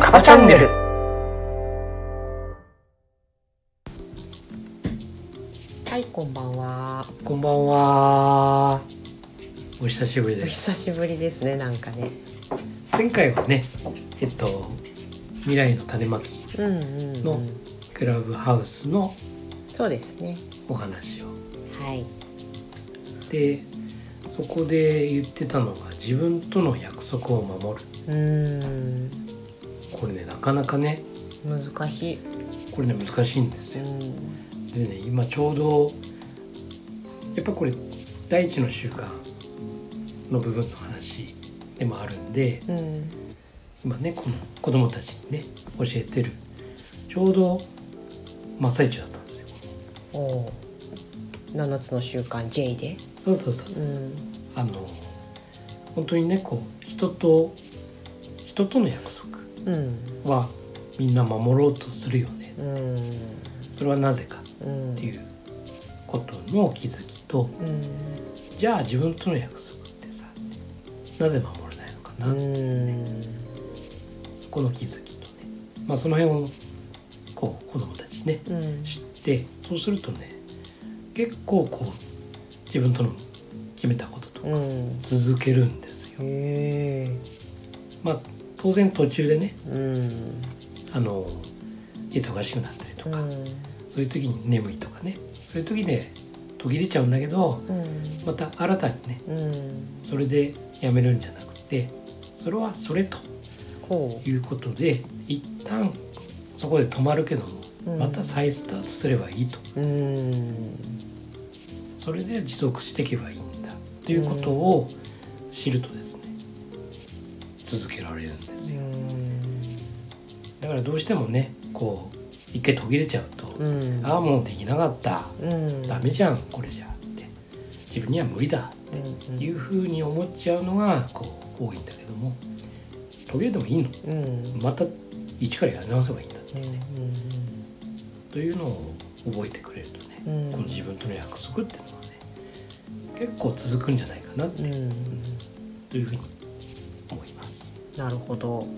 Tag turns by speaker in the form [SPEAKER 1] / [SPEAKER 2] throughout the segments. [SPEAKER 1] カバチャンネル
[SPEAKER 2] はい、こんばんは。
[SPEAKER 1] こんばんはお久しぶり
[SPEAKER 2] お
[SPEAKER 1] です
[SPEAKER 2] 久しぶりですね、なんかね。
[SPEAKER 1] 前回はねえっと未来の種まき
[SPEAKER 2] うんうん、うん。
[SPEAKER 1] のクラブハウスの
[SPEAKER 2] そうですね。
[SPEAKER 1] お話を
[SPEAKER 2] はい。
[SPEAKER 1] でそこで言ってたのが自分との約束を守る
[SPEAKER 2] うーん。
[SPEAKER 1] これねなかなかね
[SPEAKER 2] 難しい。
[SPEAKER 1] これね難しいんです
[SPEAKER 2] う
[SPEAKER 1] よ
[SPEAKER 2] ん。
[SPEAKER 1] でね今ちょうどやっぱこれ第一の習慣の部分の話でもあるんで
[SPEAKER 2] うん。
[SPEAKER 1] 今ねこの子供たちにね教えてるちょうど真っ最中だったんですよ
[SPEAKER 2] おお。七つの習慣 J で。
[SPEAKER 1] そうそうそうそうう、
[SPEAKER 2] ん。
[SPEAKER 1] あの本当にねこう人と人との約束
[SPEAKER 2] うん。
[SPEAKER 1] はみんな守ろうとするよね
[SPEAKER 2] うん。
[SPEAKER 1] それはなぜか
[SPEAKER 2] うん。
[SPEAKER 1] っていうことの気づきと
[SPEAKER 2] うん。
[SPEAKER 1] じゃあ自分との約束ってさなぜ守れないのか
[SPEAKER 2] う
[SPEAKER 1] な、
[SPEAKER 2] ん。
[SPEAKER 1] そこの気づきとね、まあ、その辺をこう子供たちにね
[SPEAKER 2] うん。
[SPEAKER 1] 知ってそうするとね結構こう自分との決めたこととか
[SPEAKER 2] うん。
[SPEAKER 1] 続けるんですよ。
[SPEAKER 2] へえ。
[SPEAKER 1] まあ当然途中でね
[SPEAKER 2] うん。
[SPEAKER 1] あの忙しくなったりとか、
[SPEAKER 2] うん。
[SPEAKER 1] そういう時に眠いとかねそういう時で途切れちゃうんだけど
[SPEAKER 2] うん。
[SPEAKER 1] また新たにね
[SPEAKER 2] うん。
[SPEAKER 1] それでやめるんじゃなくてそれはそれと
[SPEAKER 2] こ
[SPEAKER 1] いうことで一旦そこで止まるけど
[SPEAKER 2] う
[SPEAKER 1] も
[SPEAKER 2] ん
[SPEAKER 1] また再スタートすればいいと、
[SPEAKER 2] う。うん。
[SPEAKER 1] それで持続していけばいいんだっていうことを知るとですね続けられるんですよだからどうしてもねこう一回途切れちゃうと、
[SPEAKER 2] うん。
[SPEAKER 1] ああもうできなかった、
[SPEAKER 2] うん。
[SPEAKER 1] ダメじゃんこれじゃって自分には無理だ
[SPEAKER 2] うん。
[SPEAKER 1] っていうふうに思っちゃうのがこう多いんだけども途切れてもいいの
[SPEAKER 2] うん。
[SPEAKER 1] また一からやり直せばいいんだ
[SPEAKER 2] う
[SPEAKER 1] というのを覚えてくれるとね、
[SPEAKER 2] んうん
[SPEAKER 1] この自分との約束っていうのはね結構続くんじゃないかなって
[SPEAKER 2] うん
[SPEAKER 1] というふうに思います。
[SPEAKER 2] なるほど
[SPEAKER 1] はい、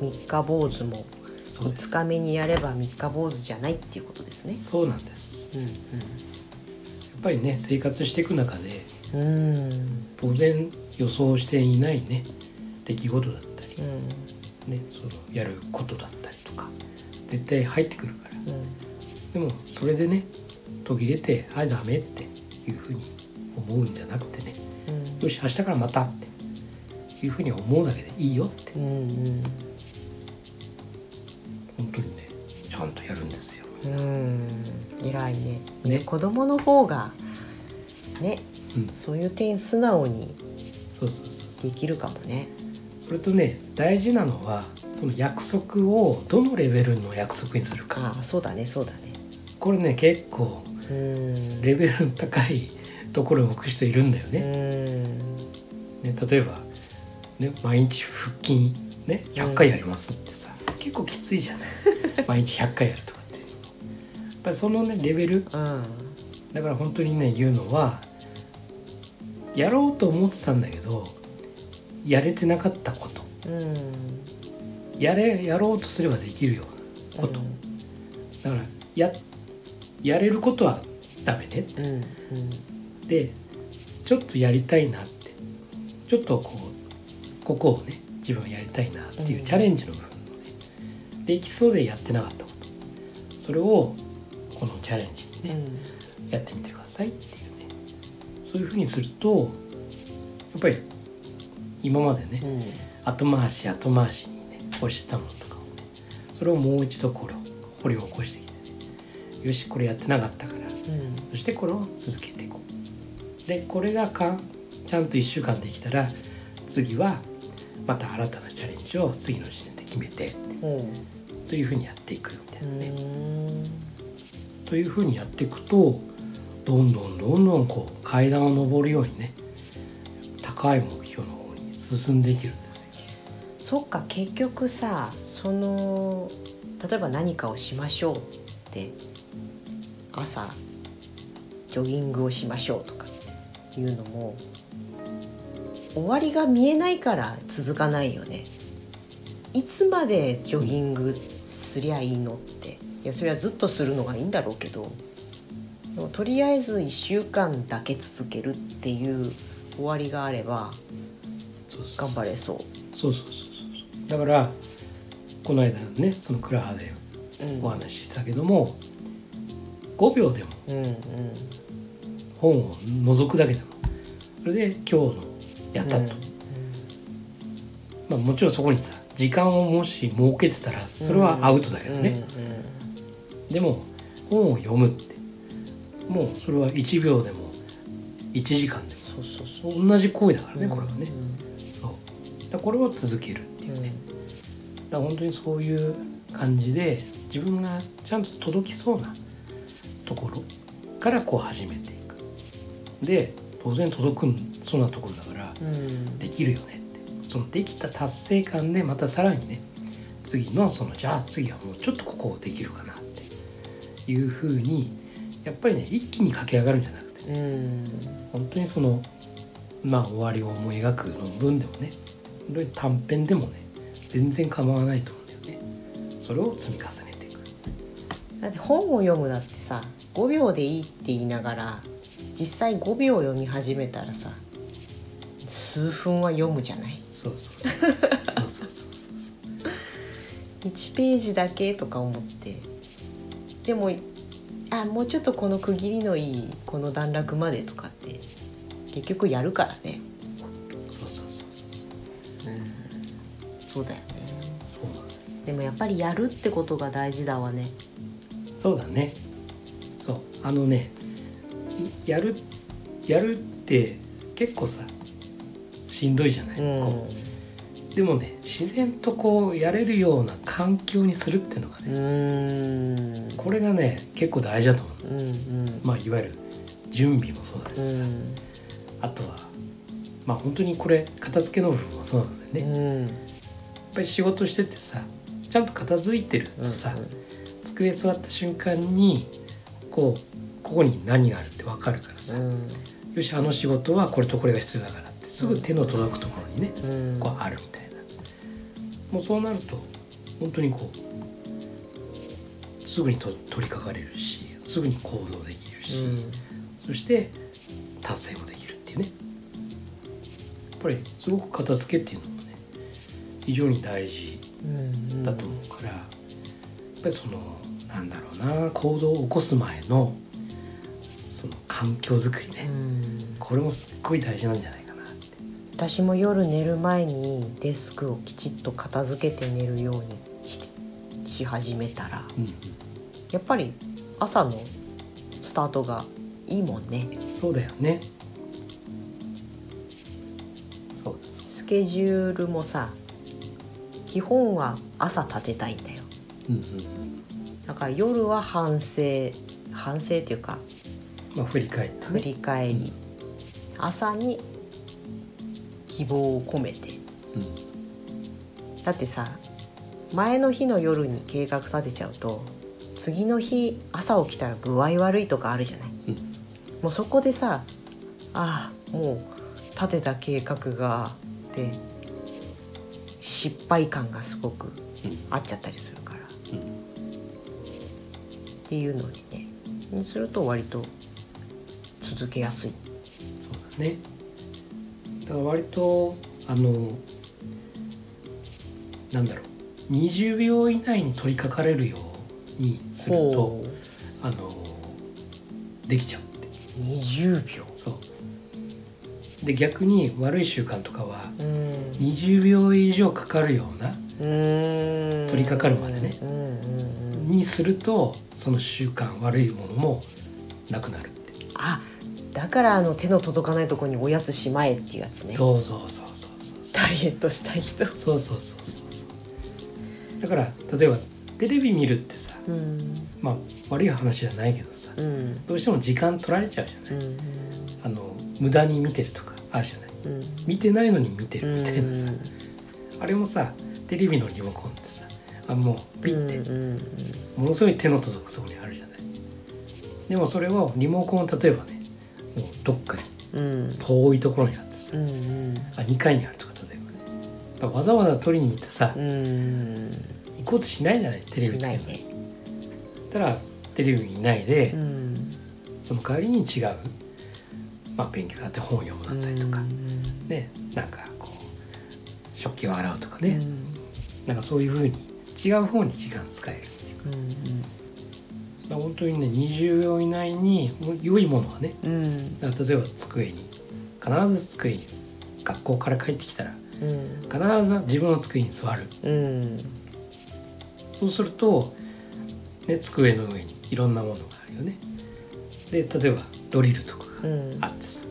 [SPEAKER 2] 三日坊主も
[SPEAKER 1] そうです
[SPEAKER 2] 5日目にやれば三日坊主じゃないっていうことですね
[SPEAKER 1] そうなんです。
[SPEAKER 2] う
[SPEAKER 1] やっぱりね生活していく中で
[SPEAKER 2] んうんうん
[SPEAKER 1] 当然予想していないね出来事だったり、
[SPEAKER 2] うん
[SPEAKER 1] ね、そのやることだったりとか絶対入ってくるからでもそれでね途切れて「あダメ」っていうふうに思うんじゃなくてね「よし明日からまた」っていうふうに思うだけでいいよって
[SPEAKER 2] うんうん
[SPEAKER 1] 本当にねちゃんとやるんですよ。
[SPEAKER 2] うん偉いね
[SPEAKER 1] ね
[SPEAKER 2] 子供の方がね
[SPEAKER 1] うん、
[SPEAKER 2] そういう点素直に
[SPEAKER 1] そうそうそう
[SPEAKER 2] できるかもね
[SPEAKER 1] それとね大事なのはその約束をどのレベルの約束にするか
[SPEAKER 2] ああそうだねそうだね
[SPEAKER 1] これね結構
[SPEAKER 2] うん
[SPEAKER 1] レベルの高いところに置く人いるんだよね,、ね例えば、ね、毎日腹筋、ね、100回やりますってさ、結構きついじゃない毎日100回やるとかっていうのもやっぱりそのねレベル
[SPEAKER 2] うんうん
[SPEAKER 1] だから本当にね言うのはやろうと思ってたんだけどやれてなかったこと
[SPEAKER 2] うん
[SPEAKER 1] やれやろうとすればできるようなこと、だからややれることはダメね
[SPEAKER 2] うんうん
[SPEAKER 1] でちょっとやりたいなってちょっとこうここをね自分はやりたいなっていううんチャレンジの部分をねできそうでやってなかったことそれをこのチャレンジに
[SPEAKER 2] う
[SPEAKER 1] ね、
[SPEAKER 2] ん
[SPEAKER 1] やってみてくださいっていうねそういうふうにするとやっぱり今までね
[SPEAKER 2] うん
[SPEAKER 1] 後回し後回しにね押してたものとかをねそれをもう一度これを掘り起こしてきてねよしこれやってなかったから
[SPEAKER 2] うん
[SPEAKER 1] そしてこれを続けていこうでこれがかちゃんと1週間できたら次はまた新たなチャレンジを次の時点で決めて
[SPEAKER 2] おう
[SPEAKER 1] というふうにやっていくみたいなね、
[SPEAKER 2] ん
[SPEAKER 1] というふうにやっていくとどんどんどんどんこう階段を上るようにね高い目標の方に進んでいけるんですよ。
[SPEAKER 2] そっか結局さその例えば何かをしましょうって朝ジョギングをしましょうとかいうのも終わりが見えないから続かないよねいつまでジョギングすりゃいいのっていやそれはずっとするのがいいんだろうけどでもとりあえず1週間だけ続けるっていう終わりがあれば
[SPEAKER 1] そうそ
[SPEAKER 2] 頑
[SPEAKER 1] う
[SPEAKER 2] 張れそ
[SPEAKER 1] そうそうそうそうだからこの間ねそのクラハで
[SPEAKER 2] う。うん
[SPEAKER 1] お話ししたけども5秒でも
[SPEAKER 2] うんうん
[SPEAKER 1] 本を覗くだけでもそれで今日のやったと、
[SPEAKER 2] うん
[SPEAKER 1] まあ、もちろんそこにさ時間をもし設けてたらそれはアウトだけどね、でも本を読むってもうそれは1秒でも1時間でも
[SPEAKER 2] そうそうそ
[SPEAKER 1] 同じ行為だから
[SPEAKER 2] う
[SPEAKER 1] ねこれはね、そうだからこれを続けるっていうねだから本当にそういう感じで自分がちゃんと届きそうなところからこう始めていくで当然届くんそうなところだから
[SPEAKER 2] うんうん
[SPEAKER 1] できるよねってそのできた達成感でまたさらにね次のそのじゃあ次はもうちょっとここをできるかなっていうふうにやっぱりね一気に駆け上がるんじゃなくて
[SPEAKER 2] うん
[SPEAKER 1] 本当にそのまあ終わりを思い描くの文でもね本当に短編でもね全然構わないと思うんだよねそれを積み重ねていく
[SPEAKER 2] だって本を読むだってさ5秒でいいって言いながら実際5秒読み始めたらさ数分は読むじゃない
[SPEAKER 1] そうそうそうそうそうそうそう
[SPEAKER 2] 1ページだけとか思ってでもあもうちょっとこの区切りのいいこの段落までとかって結局やるからね、
[SPEAKER 1] そうそうそうそう
[SPEAKER 2] そうだよね
[SPEAKER 1] そうなんです
[SPEAKER 2] でもやっぱりやるってことが大事だわね
[SPEAKER 1] そうだねそうあのねやるやるって結構さしんどいじゃない、こうでもね自然とこうやれるような環境にするっていうのが
[SPEAKER 2] う
[SPEAKER 1] ね、
[SPEAKER 2] ん
[SPEAKER 1] これがね結構大事だと思う
[SPEAKER 2] うんうん
[SPEAKER 1] まあいわゆる準備もそうだし
[SPEAKER 2] う
[SPEAKER 1] さ、
[SPEAKER 2] ん
[SPEAKER 1] あとはまあ本当にこれ片付けの部分もそうなんだよね、やっ
[SPEAKER 2] うん
[SPEAKER 1] ぱり仕事しててさちゃんと片付いてるとさ、机座った瞬間にこうここに何があるって分かるからさ、
[SPEAKER 2] うん
[SPEAKER 1] よしあの仕事はこれとこれが必要だからってすぐ手の届くところにね、
[SPEAKER 2] うん
[SPEAKER 1] こうあるみたいなもうそうなると本当にこうすぐにと取り掛かれるしすぐに行動できるし、
[SPEAKER 2] うん
[SPEAKER 1] そして達成もできるっていうねやっぱりすごく片付けっていうのもね非常に大事
[SPEAKER 2] うん
[SPEAKER 1] だと思うから、やっぱりそのなんだろうな行動を起こす前のその環境づくりね、
[SPEAKER 2] うん
[SPEAKER 1] これもすっごい大事なんじゃないかなって
[SPEAKER 2] 私も夜寝る前にデスクをきちっと片付けて寝るようにしし始めたら
[SPEAKER 1] うん
[SPEAKER 2] やっぱり朝のスタートがいいもんね
[SPEAKER 1] うん、そうだよねそうだそう
[SPEAKER 2] スケジュールもさ基本は朝立てたいんだよ
[SPEAKER 1] うんうん
[SPEAKER 2] だから夜は反省反省っていうか
[SPEAKER 1] まあ振り返って
[SPEAKER 2] 振
[SPEAKER 1] ね、
[SPEAKER 2] り返り朝に希望を込めて
[SPEAKER 1] うん、
[SPEAKER 2] だってさ前の日の夜に計画立てちゃうと次の日朝起きたら具合悪いとかあるじゃない、
[SPEAKER 1] うん
[SPEAKER 2] もうそこでさああもう立てた計画がで失敗感がすごくあっちゃったりするから、
[SPEAKER 1] うん
[SPEAKER 2] っていうのにねにすると割と続けやすい。
[SPEAKER 1] そうだねだから割とあのなんだろう20秒以内に取り掛かれるようにすると
[SPEAKER 2] ほう
[SPEAKER 1] あのできちゃうって
[SPEAKER 2] 20秒
[SPEAKER 1] そうで逆に悪い習慣とかは
[SPEAKER 2] うん
[SPEAKER 1] 20秒以上かかるような
[SPEAKER 2] 取
[SPEAKER 1] 取り掛かるまでね
[SPEAKER 2] うんうんうん、
[SPEAKER 1] にするとその習慣悪いものもなくなるって、
[SPEAKER 2] あだからあの手の届かないとこにおやつしまえっていうやつね
[SPEAKER 1] そうそうそうそうそうそう
[SPEAKER 2] ダイエットしたい人
[SPEAKER 1] そうそうそうそうそうだから例えばテレビ見るってさ
[SPEAKER 2] うん
[SPEAKER 1] まあ悪い話じゃないけどさ
[SPEAKER 2] うん
[SPEAKER 1] どうしても時間取られちゃうじゃない
[SPEAKER 2] うん
[SPEAKER 1] あの無駄に見てるとかあるじゃない
[SPEAKER 2] うん
[SPEAKER 1] 見てないのに見てるみたいなさ
[SPEAKER 2] うん
[SPEAKER 1] あれもさテレビのリモコンってさあもう
[SPEAKER 2] う
[SPEAKER 1] ピ
[SPEAKER 2] ん
[SPEAKER 1] ッて
[SPEAKER 2] うん
[SPEAKER 1] ものすごい手の届くところにあるじゃないでもそれをリモコンを例えばねもうどっかに
[SPEAKER 2] うん
[SPEAKER 1] 遠いところにあってさ
[SPEAKER 2] うんうん
[SPEAKER 1] あ2階にあるとか例えばねだからわざわざ取りに行ってさ
[SPEAKER 2] うん
[SPEAKER 1] 行こうとしないじゃないテレビ
[SPEAKER 2] し
[SPEAKER 1] つけ
[SPEAKER 2] ない
[SPEAKER 1] て
[SPEAKER 2] ね
[SPEAKER 1] たらテレビにいないで、
[SPEAKER 2] うん
[SPEAKER 1] その代わりに違う、まあ、勉強だって本を読むだったりとか、ねなんかこう食器を洗うとか
[SPEAKER 2] うん
[SPEAKER 1] ね、なんかそういうふうに違う方に時間使えるっていうかだから本当にね20秒以内にもう良いものはね
[SPEAKER 2] うんうん
[SPEAKER 1] だから例えば机に必ず机に学校から帰ってきたら
[SPEAKER 2] うん
[SPEAKER 1] 必ず自分の机に座る
[SPEAKER 2] うん
[SPEAKER 1] そうすると、ね、机の上にいろんなものがあるよねで例えばドリルとかが
[SPEAKER 2] うん
[SPEAKER 1] あってさ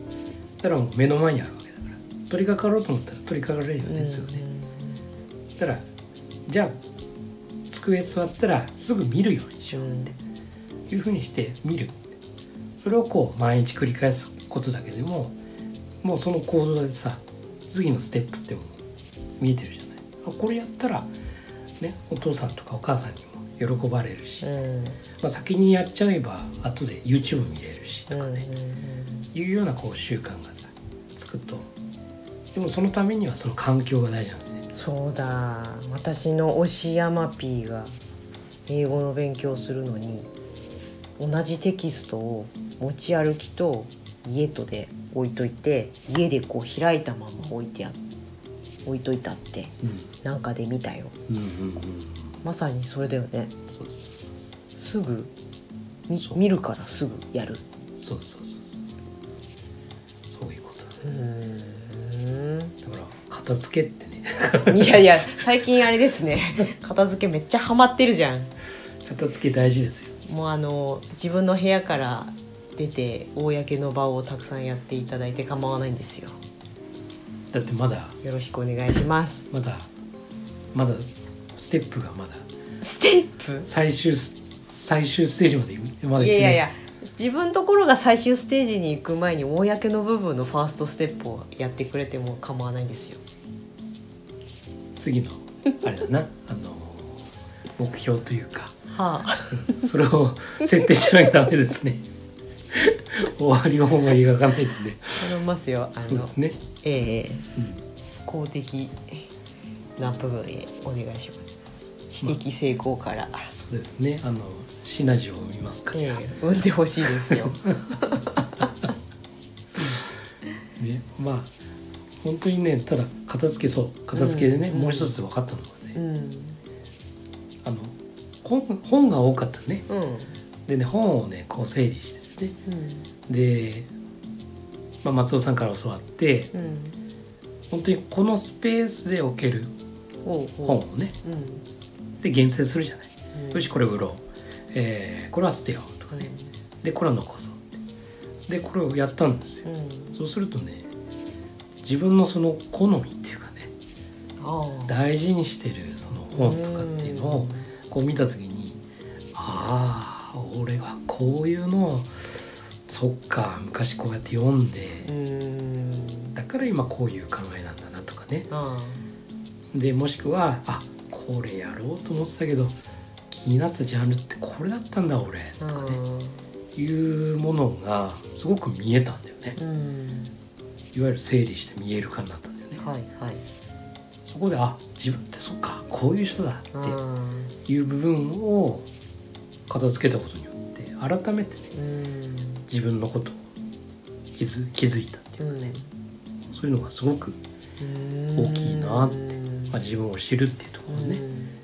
[SPEAKER 1] だからもう目の前にあるわけだから取り掛かろうと思ったら取り掛かれるよねすぐねだからじゃあ机座ったらすぐ見るようにしようっていうふうにして見るそれをこう毎日繰り返すことだけでももうその行動でさ次のステップってもう見えてるじゃないあこれやったらねお父さんとかお母さんにも喜ばれるし、
[SPEAKER 2] うん
[SPEAKER 1] まあ、先にやっちゃえば後で YouTube 見れるしとかね、
[SPEAKER 2] うん
[SPEAKER 1] いうようなこう習慣がさつくとでもそのためにはその環境が大事なんで、ね、
[SPEAKER 2] そうだ私の推しヤマピーが英語の勉強するのに同じテキストを持ち歩きと家とで置いといて家でこう開いたまま置いてあ置いといたって
[SPEAKER 1] う
[SPEAKER 2] なんかで見たよ
[SPEAKER 1] ん、うんうんうん
[SPEAKER 2] まさにそれだよね
[SPEAKER 1] そうです
[SPEAKER 2] すぐみ
[SPEAKER 1] そう
[SPEAKER 2] 見るからすぐやる
[SPEAKER 1] そうそうそうそうそういうこと
[SPEAKER 2] うーん
[SPEAKER 1] だねだから片付けってね
[SPEAKER 2] いやいや最近あれですね片付けめっちゃハマってるじゃん
[SPEAKER 1] 片付け大事ですよ
[SPEAKER 2] もうあの自分の部屋から出て公の場をたくさんやっていただいて構わないんですよ
[SPEAKER 1] だってまだ
[SPEAKER 2] よろしくお願いします
[SPEAKER 1] まだまだステップがまだ
[SPEAKER 2] ステッ
[SPEAKER 1] 最終ス最終ステージまで行まだ
[SPEAKER 2] プいや
[SPEAKER 1] 行って
[SPEAKER 2] い
[SPEAKER 1] な
[SPEAKER 2] や
[SPEAKER 1] い
[SPEAKER 2] いや自分のところが最終ステージに行く前に公の部分のファーストステップをやってくれても構わないんですよ
[SPEAKER 1] 次のあれだな あの目標というか
[SPEAKER 2] はあ
[SPEAKER 1] それ を設定しないとダメですね 終わりを思い描かないとね
[SPEAKER 2] 頼みますよあ
[SPEAKER 1] そうで
[SPEAKER 2] の
[SPEAKER 1] すね、
[SPEAKER 2] ええ
[SPEAKER 1] うん
[SPEAKER 2] 公的な部分へお願いします私的成功から、
[SPEAKER 1] そうですねあのシナジーを見ますか
[SPEAKER 2] え
[SPEAKER 1] ら、
[SPEAKER 2] え産んでほしいです よ
[SPEAKER 1] ねまあ本当にねただ片付けそう片付けでね、
[SPEAKER 2] うん
[SPEAKER 1] もう一つ分かったのがね、
[SPEAKER 2] うん
[SPEAKER 1] あの本本が多かったね
[SPEAKER 2] うん
[SPEAKER 1] でね本をねこう整理してね
[SPEAKER 2] うん
[SPEAKER 1] で、まあ、松尾さんから教わって
[SPEAKER 2] うん
[SPEAKER 1] 本当にこのスペースで置ける
[SPEAKER 2] おう
[SPEAKER 1] 本を
[SPEAKER 2] おう
[SPEAKER 1] ね
[SPEAKER 2] うん
[SPEAKER 1] で厳選するじゃない、
[SPEAKER 2] うん
[SPEAKER 1] よしこれ売ろう、えーこれは捨てようとかねでこれは残そうってでこれをやったんです
[SPEAKER 2] う
[SPEAKER 1] よ
[SPEAKER 2] ん
[SPEAKER 1] そうするとね自分のその好みっていうかね
[SPEAKER 2] ああ
[SPEAKER 1] 大事にしてるその本とかっていうのをこう見た時にああ俺はこういうのをそっか昔こうやって読んで
[SPEAKER 2] うんうん
[SPEAKER 1] だから今こういう考えなんだなとかね
[SPEAKER 2] あ
[SPEAKER 1] でもしくはあこれやろうと思ってたけど気になってたジャンルってこれだったんだ俺
[SPEAKER 2] あ
[SPEAKER 1] とかねいうものがすごく見えたんだよね
[SPEAKER 2] うん
[SPEAKER 1] いわゆる整理して見える化になったんだよね
[SPEAKER 2] はいはい
[SPEAKER 1] そこであ自分ってそっかこういう人だ
[SPEAKER 2] あ
[SPEAKER 1] っ
[SPEAKER 2] あ
[SPEAKER 1] ていう部分を片付けたことによって改めてね
[SPEAKER 2] うん
[SPEAKER 1] 自分のことを気づ気づいたっていううんそういうのがすごく、
[SPEAKER 2] うん
[SPEAKER 1] 大きいなって
[SPEAKER 2] うん
[SPEAKER 1] まあ、自分を知るっていうところをね、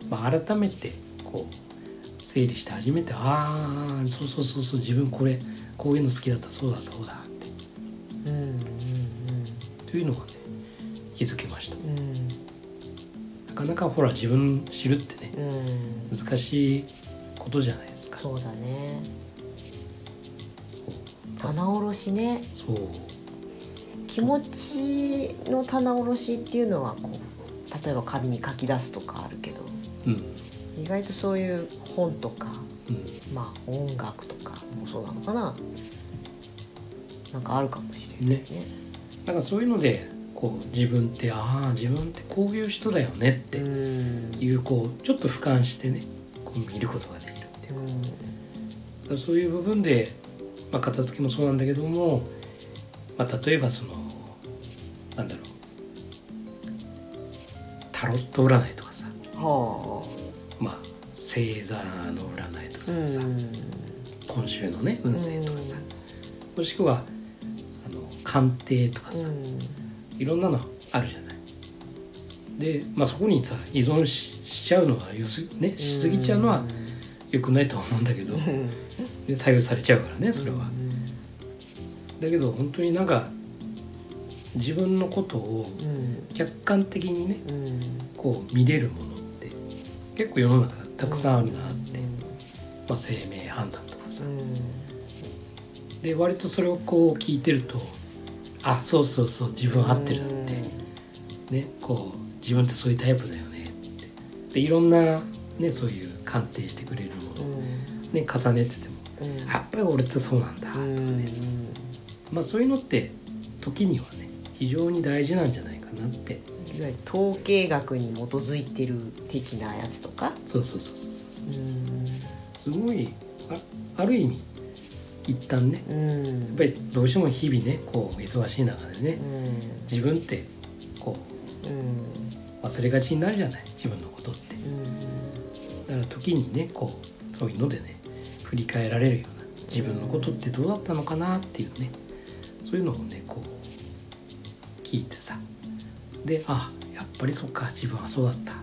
[SPEAKER 1] まあ、改めてこう整理して初めてああそうそうそうそう自分これこういうの好きだったそうだそうだっ
[SPEAKER 2] うんうん
[SPEAKER 1] てというのがね気づけました
[SPEAKER 2] うんうん
[SPEAKER 1] なかなかほら自分知るってね
[SPEAKER 2] うん
[SPEAKER 1] 難しいことじゃないですか
[SPEAKER 2] そうだね
[SPEAKER 1] そう
[SPEAKER 2] 棚卸しね
[SPEAKER 1] そう
[SPEAKER 2] 気持ちの棚卸しっていうのはこう例えば紙に書き出すとかあるけど
[SPEAKER 1] うん
[SPEAKER 2] 意外とそういう本とか
[SPEAKER 1] うん
[SPEAKER 2] まあ音楽とかもそうなのかななんかあるかもしれないね。
[SPEAKER 1] なんかそういうのでここう自分ってああ自分ってこういう人だよねって
[SPEAKER 2] うん
[SPEAKER 1] いうこうちょっと俯瞰してねこう見ることができるっていうだからそういう部分で、まあ、片付けもそうなんだけども、まあ、例えばそのなんだろうタロット占いとかさ、
[SPEAKER 2] は
[SPEAKER 1] まあ、星座の占いと
[SPEAKER 2] あう
[SPEAKER 1] かさ、
[SPEAKER 2] ん
[SPEAKER 1] 今週のね運勢とかさ、もしくはあの鑑定とか
[SPEAKER 2] う
[SPEAKER 1] さ、
[SPEAKER 2] ん
[SPEAKER 1] いろんなのあるじゃない。で、まあ、そこにさ依存ししちゃうのはよす、ね、しすぎちゃうのは良くないとは思うんだけど、
[SPEAKER 2] うん
[SPEAKER 1] で左右されちゃうからねそれは。だけど本当になんか自分のことを
[SPEAKER 2] うん
[SPEAKER 1] 客観的にね
[SPEAKER 2] うんうん
[SPEAKER 1] こう見れるものって結構世の中たくさんあるなって、まあ、生命判断とかさ
[SPEAKER 2] うん
[SPEAKER 1] で割とそれをこう聞いてるとあそうそうそう自分合ってるなっ
[SPEAKER 2] う
[SPEAKER 1] て、ね、こう自分ってそういうタイプだよねってでいろんな、ね、そういう鑑定してくれるものを、
[SPEAKER 2] ん
[SPEAKER 1] ね、重ねてても
[SPEAKER 2] うん
[SPEAKER 1] やっぱり俺ってそうなんだ、
[SPEAKER 2] うん
[SPEAKER 1] まあ、そういうのって時にはね非常に大事なんじゃないかなって
[SPEAKER 2] いわゆる統計学に基づいてる的なやつとか、
[SPEAKER 1] そうそうそうそうそう
[SPEAKER 2] うん
[SPEAKER 1] すごいあある意味一旦ね
[SPEAKER 2] うん、
[SPEAKER 1] やっぱりどうしても日々ねこう忙しい中でね
[SPEAKER 2] う
[SPEAKER 1] 自分ってこ
[SPEAKER 2] んうん
[SPEAKER 1] う忘れがちになるじゃない自分のことってだから時にねこうそういうのでね振り返られるような自分のことってどうだったのかなっていうねそういうのをねこう聞いてさであやっぱりそっか自分はそうだった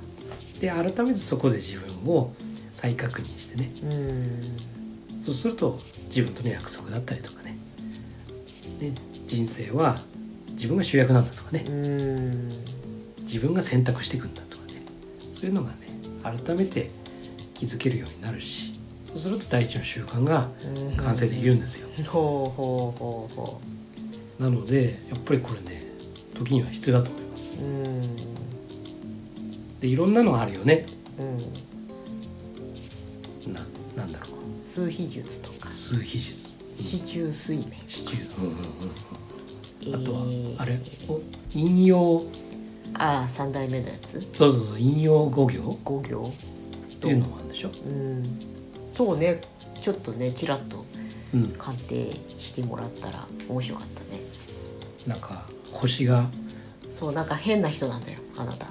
[SPEAKER 1] で改めてそこで自分を再確認してね
[SPEAKER 2] うんうん
[SPEAKER 1] そうすると自分との約束だったりとかねね人生は自分が主役なんだとかね
[SPEAKER 2] うん
[SPEAKER 1] 自分が選択していくんだとかねそういうのがね改めて気づけるようになるしそうすると第一の習慣が
[SPEAKER 2] うん
[SPEAKER 1] 完成できるんですよ、
[SPEAKER 2] ほうほうほうほ
[SPEAKER 1] なのでやっぱりこれね時には必要だと思います
[SPEAKER 2] ううん
[SPEAKER 1] でいろんなのがあるよね
[SPEAKER 2] うん
[SPEAKER 1] ななんだろ
[SPEAKER 2] 数秘術と
[SPEAKER 1] う
[SPEAKER 2] か
[SPEAKER 1] 数秘術
[SPEAKER 2] 四柱推命
[SPEAKER 1] 支柱うんうんうんうんあとは
[SPEAKER 2] えー
[SPEAKER 1] あれお引用
[SPEAKER 2] ああ三代目のやつ
[SPEAKER 1] そうそうそう引用五行
[SPEAKER 2] 五行
[SPEAKER 1] っていうのもあるんでしょ、
[SPEAKER 2] うんそうねちょっとねちらっと
[SPEAKER 1] うん、
[SPEAKER 2] 鑑定してもらったら面白かったね
[SPEAKER 1] なんか星がん
[SPEAKER 2] そうなんか変な人なんだよあなた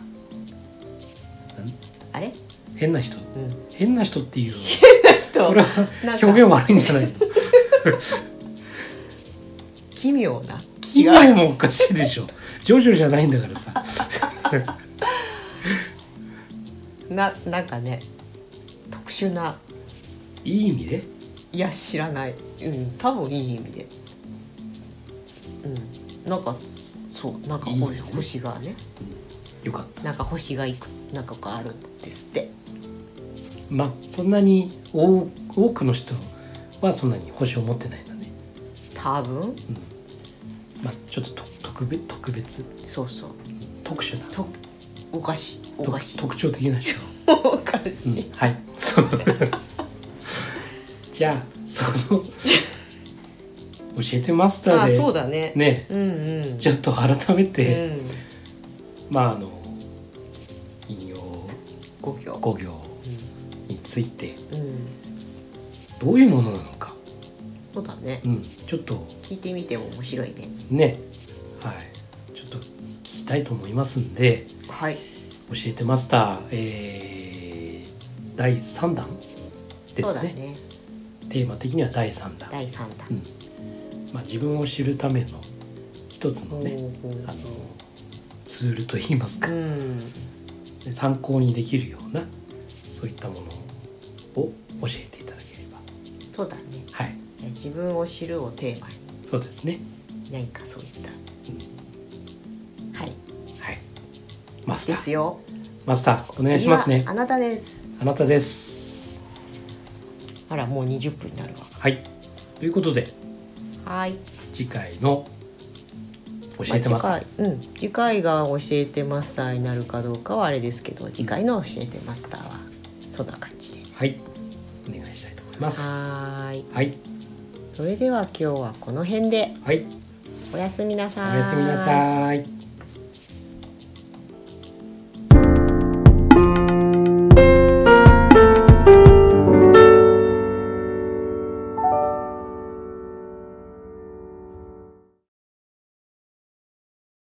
[SPEAKER 2] あれ
[SPEAKER 1] 変な人
[SPEAKER 2] うん
[SPEAKER 1] 変な人っていう のは
[SPEAKER 2] 人
[SPEAKER 1] それ
[SPEAKER 2] なん
[SPEAKER 1] は
[SPEAKER 2] か
[SPEAKER 1] 表現悪いんじゃないの
[SPEAKER 2] 奇妙な
[SPEAKER 1] 奇妙もおかしいでしょジョジョじゃないんだからさ
[SPEAKER 2] ななんかね特殊ない
[SPEAKER 1] い意味で
[SPEAKER 2] いや知らないうん多分いい意味でうんなんかそうなんか
[SPEAKER 1] いい
[SPEAKER 2] ほ
[SPEAKER 1] よね
[SPEAKER 2] 星がね
[SPEAKER 1] よかった
[SPEAKER 2] なんか星がいくなんかがあるんですって
[SPEAKER 1] まあそんなに多多くの人はそんなに星を持ってないんだね、
[SPEAKER 2] 多分
[SPEAKER 1] うん、まあちょっとと特別特別
[SPEAKER 2] そうそう
[SPEAKER 1] 特殊な
[SPEAKER 2] とおかしいおかしい
[SPEAKER 1] と特徴的な人、
[SPEAKER 2] おかし
[SPEAKER 1] う
[SPEAKER 2] い
[SPEAKER 1] ん、はいそうじゃあその教えてマスタ
[SPEAKER 2] あ
[SPEAKER 1] ーで
[SPEAKER 2] そうだね
[SPEAKER 1] ね
[SPEAKER 2] うんうん
[SPEAKER 1] ちょっと改め
[SPEAKER 2] う
[SPEAKER 1] て、
[SPEAKER 2] ん
[SPEAKER 1] まああの引用
[SPEAKER 2] 五行
[SPEAKER 1] 五行について
[SPEAKER 2] うん、うん、
[SPEAKER 1] どういうものなのか、
[SPEAKER 2] そうだね
[SPEAKER 1] うん、ちょっと
[SPEAKER 2] 聞いてみても面白いね
[SPEAKER 1] ねはいちょっと聞きたいと思いますんで
[SPEAKER 2] はい
[SPEAKER 1] 教えてマスター、えー第3弾で
[SPEAKER 2] そう
[SPEAKER 1] す
[SPEAKER 2] だ
[SPEAKER 1] ね
[SPEAKER 2] ね
[SPEAKER 1] テーマ的には第3弾、
[SPEAKER 2] 第三弾
[SPEAKER 1] うんまあ、自分を知るための一つのね
[SPEAKER 2] ほうほう
[SPEAKER 1] あのツールといいますか、
[SPEAKER 2] うん
[SPEAKER 1] で参考にできるようなそういったものを教えていただければ
[SPEAKER 2] そうだね
[SPEAKER 1] はい
[SPEAKER 2] じゃあ自分を知るをテーマに
[SPEAKER 1] そうですね
[SPEAKER 2] 何かそういった、はい
[SPEAKER 1] はいマスタ
[SPEAKER 2] です
[SPEAKER 1] ー
[SPEAKER 2] よ
[SPEAKER 1] マスターお願いしますね
[SPEAKER 2] 次はあなたです
[SPEAKER 1] あなたです
[SPEAKER 2] あらもう20分になる
[SPEAKER 1] はいということで
[SPEAKER 2] わはい
[SPEAKER 1] 次回の教えてます、
[SPEAKER 2] あ次回うん次回が教えてマスターになるかどうかはあれですけど次回の教えてマスターはそんな感じで
[SPEAKER 1] はいお願いしたいと思います
[SPEAKER 2] はーい
[SPEAKER 1] はい
[SPEAKER 2] それでは今日はこの辺で
[SPEAKER 1] はい
[SPEAKER 2] おやすみな
[SPEAKER 1] お
[SPEAKER 2] さーい
[SPEAKER 1] やすみなさい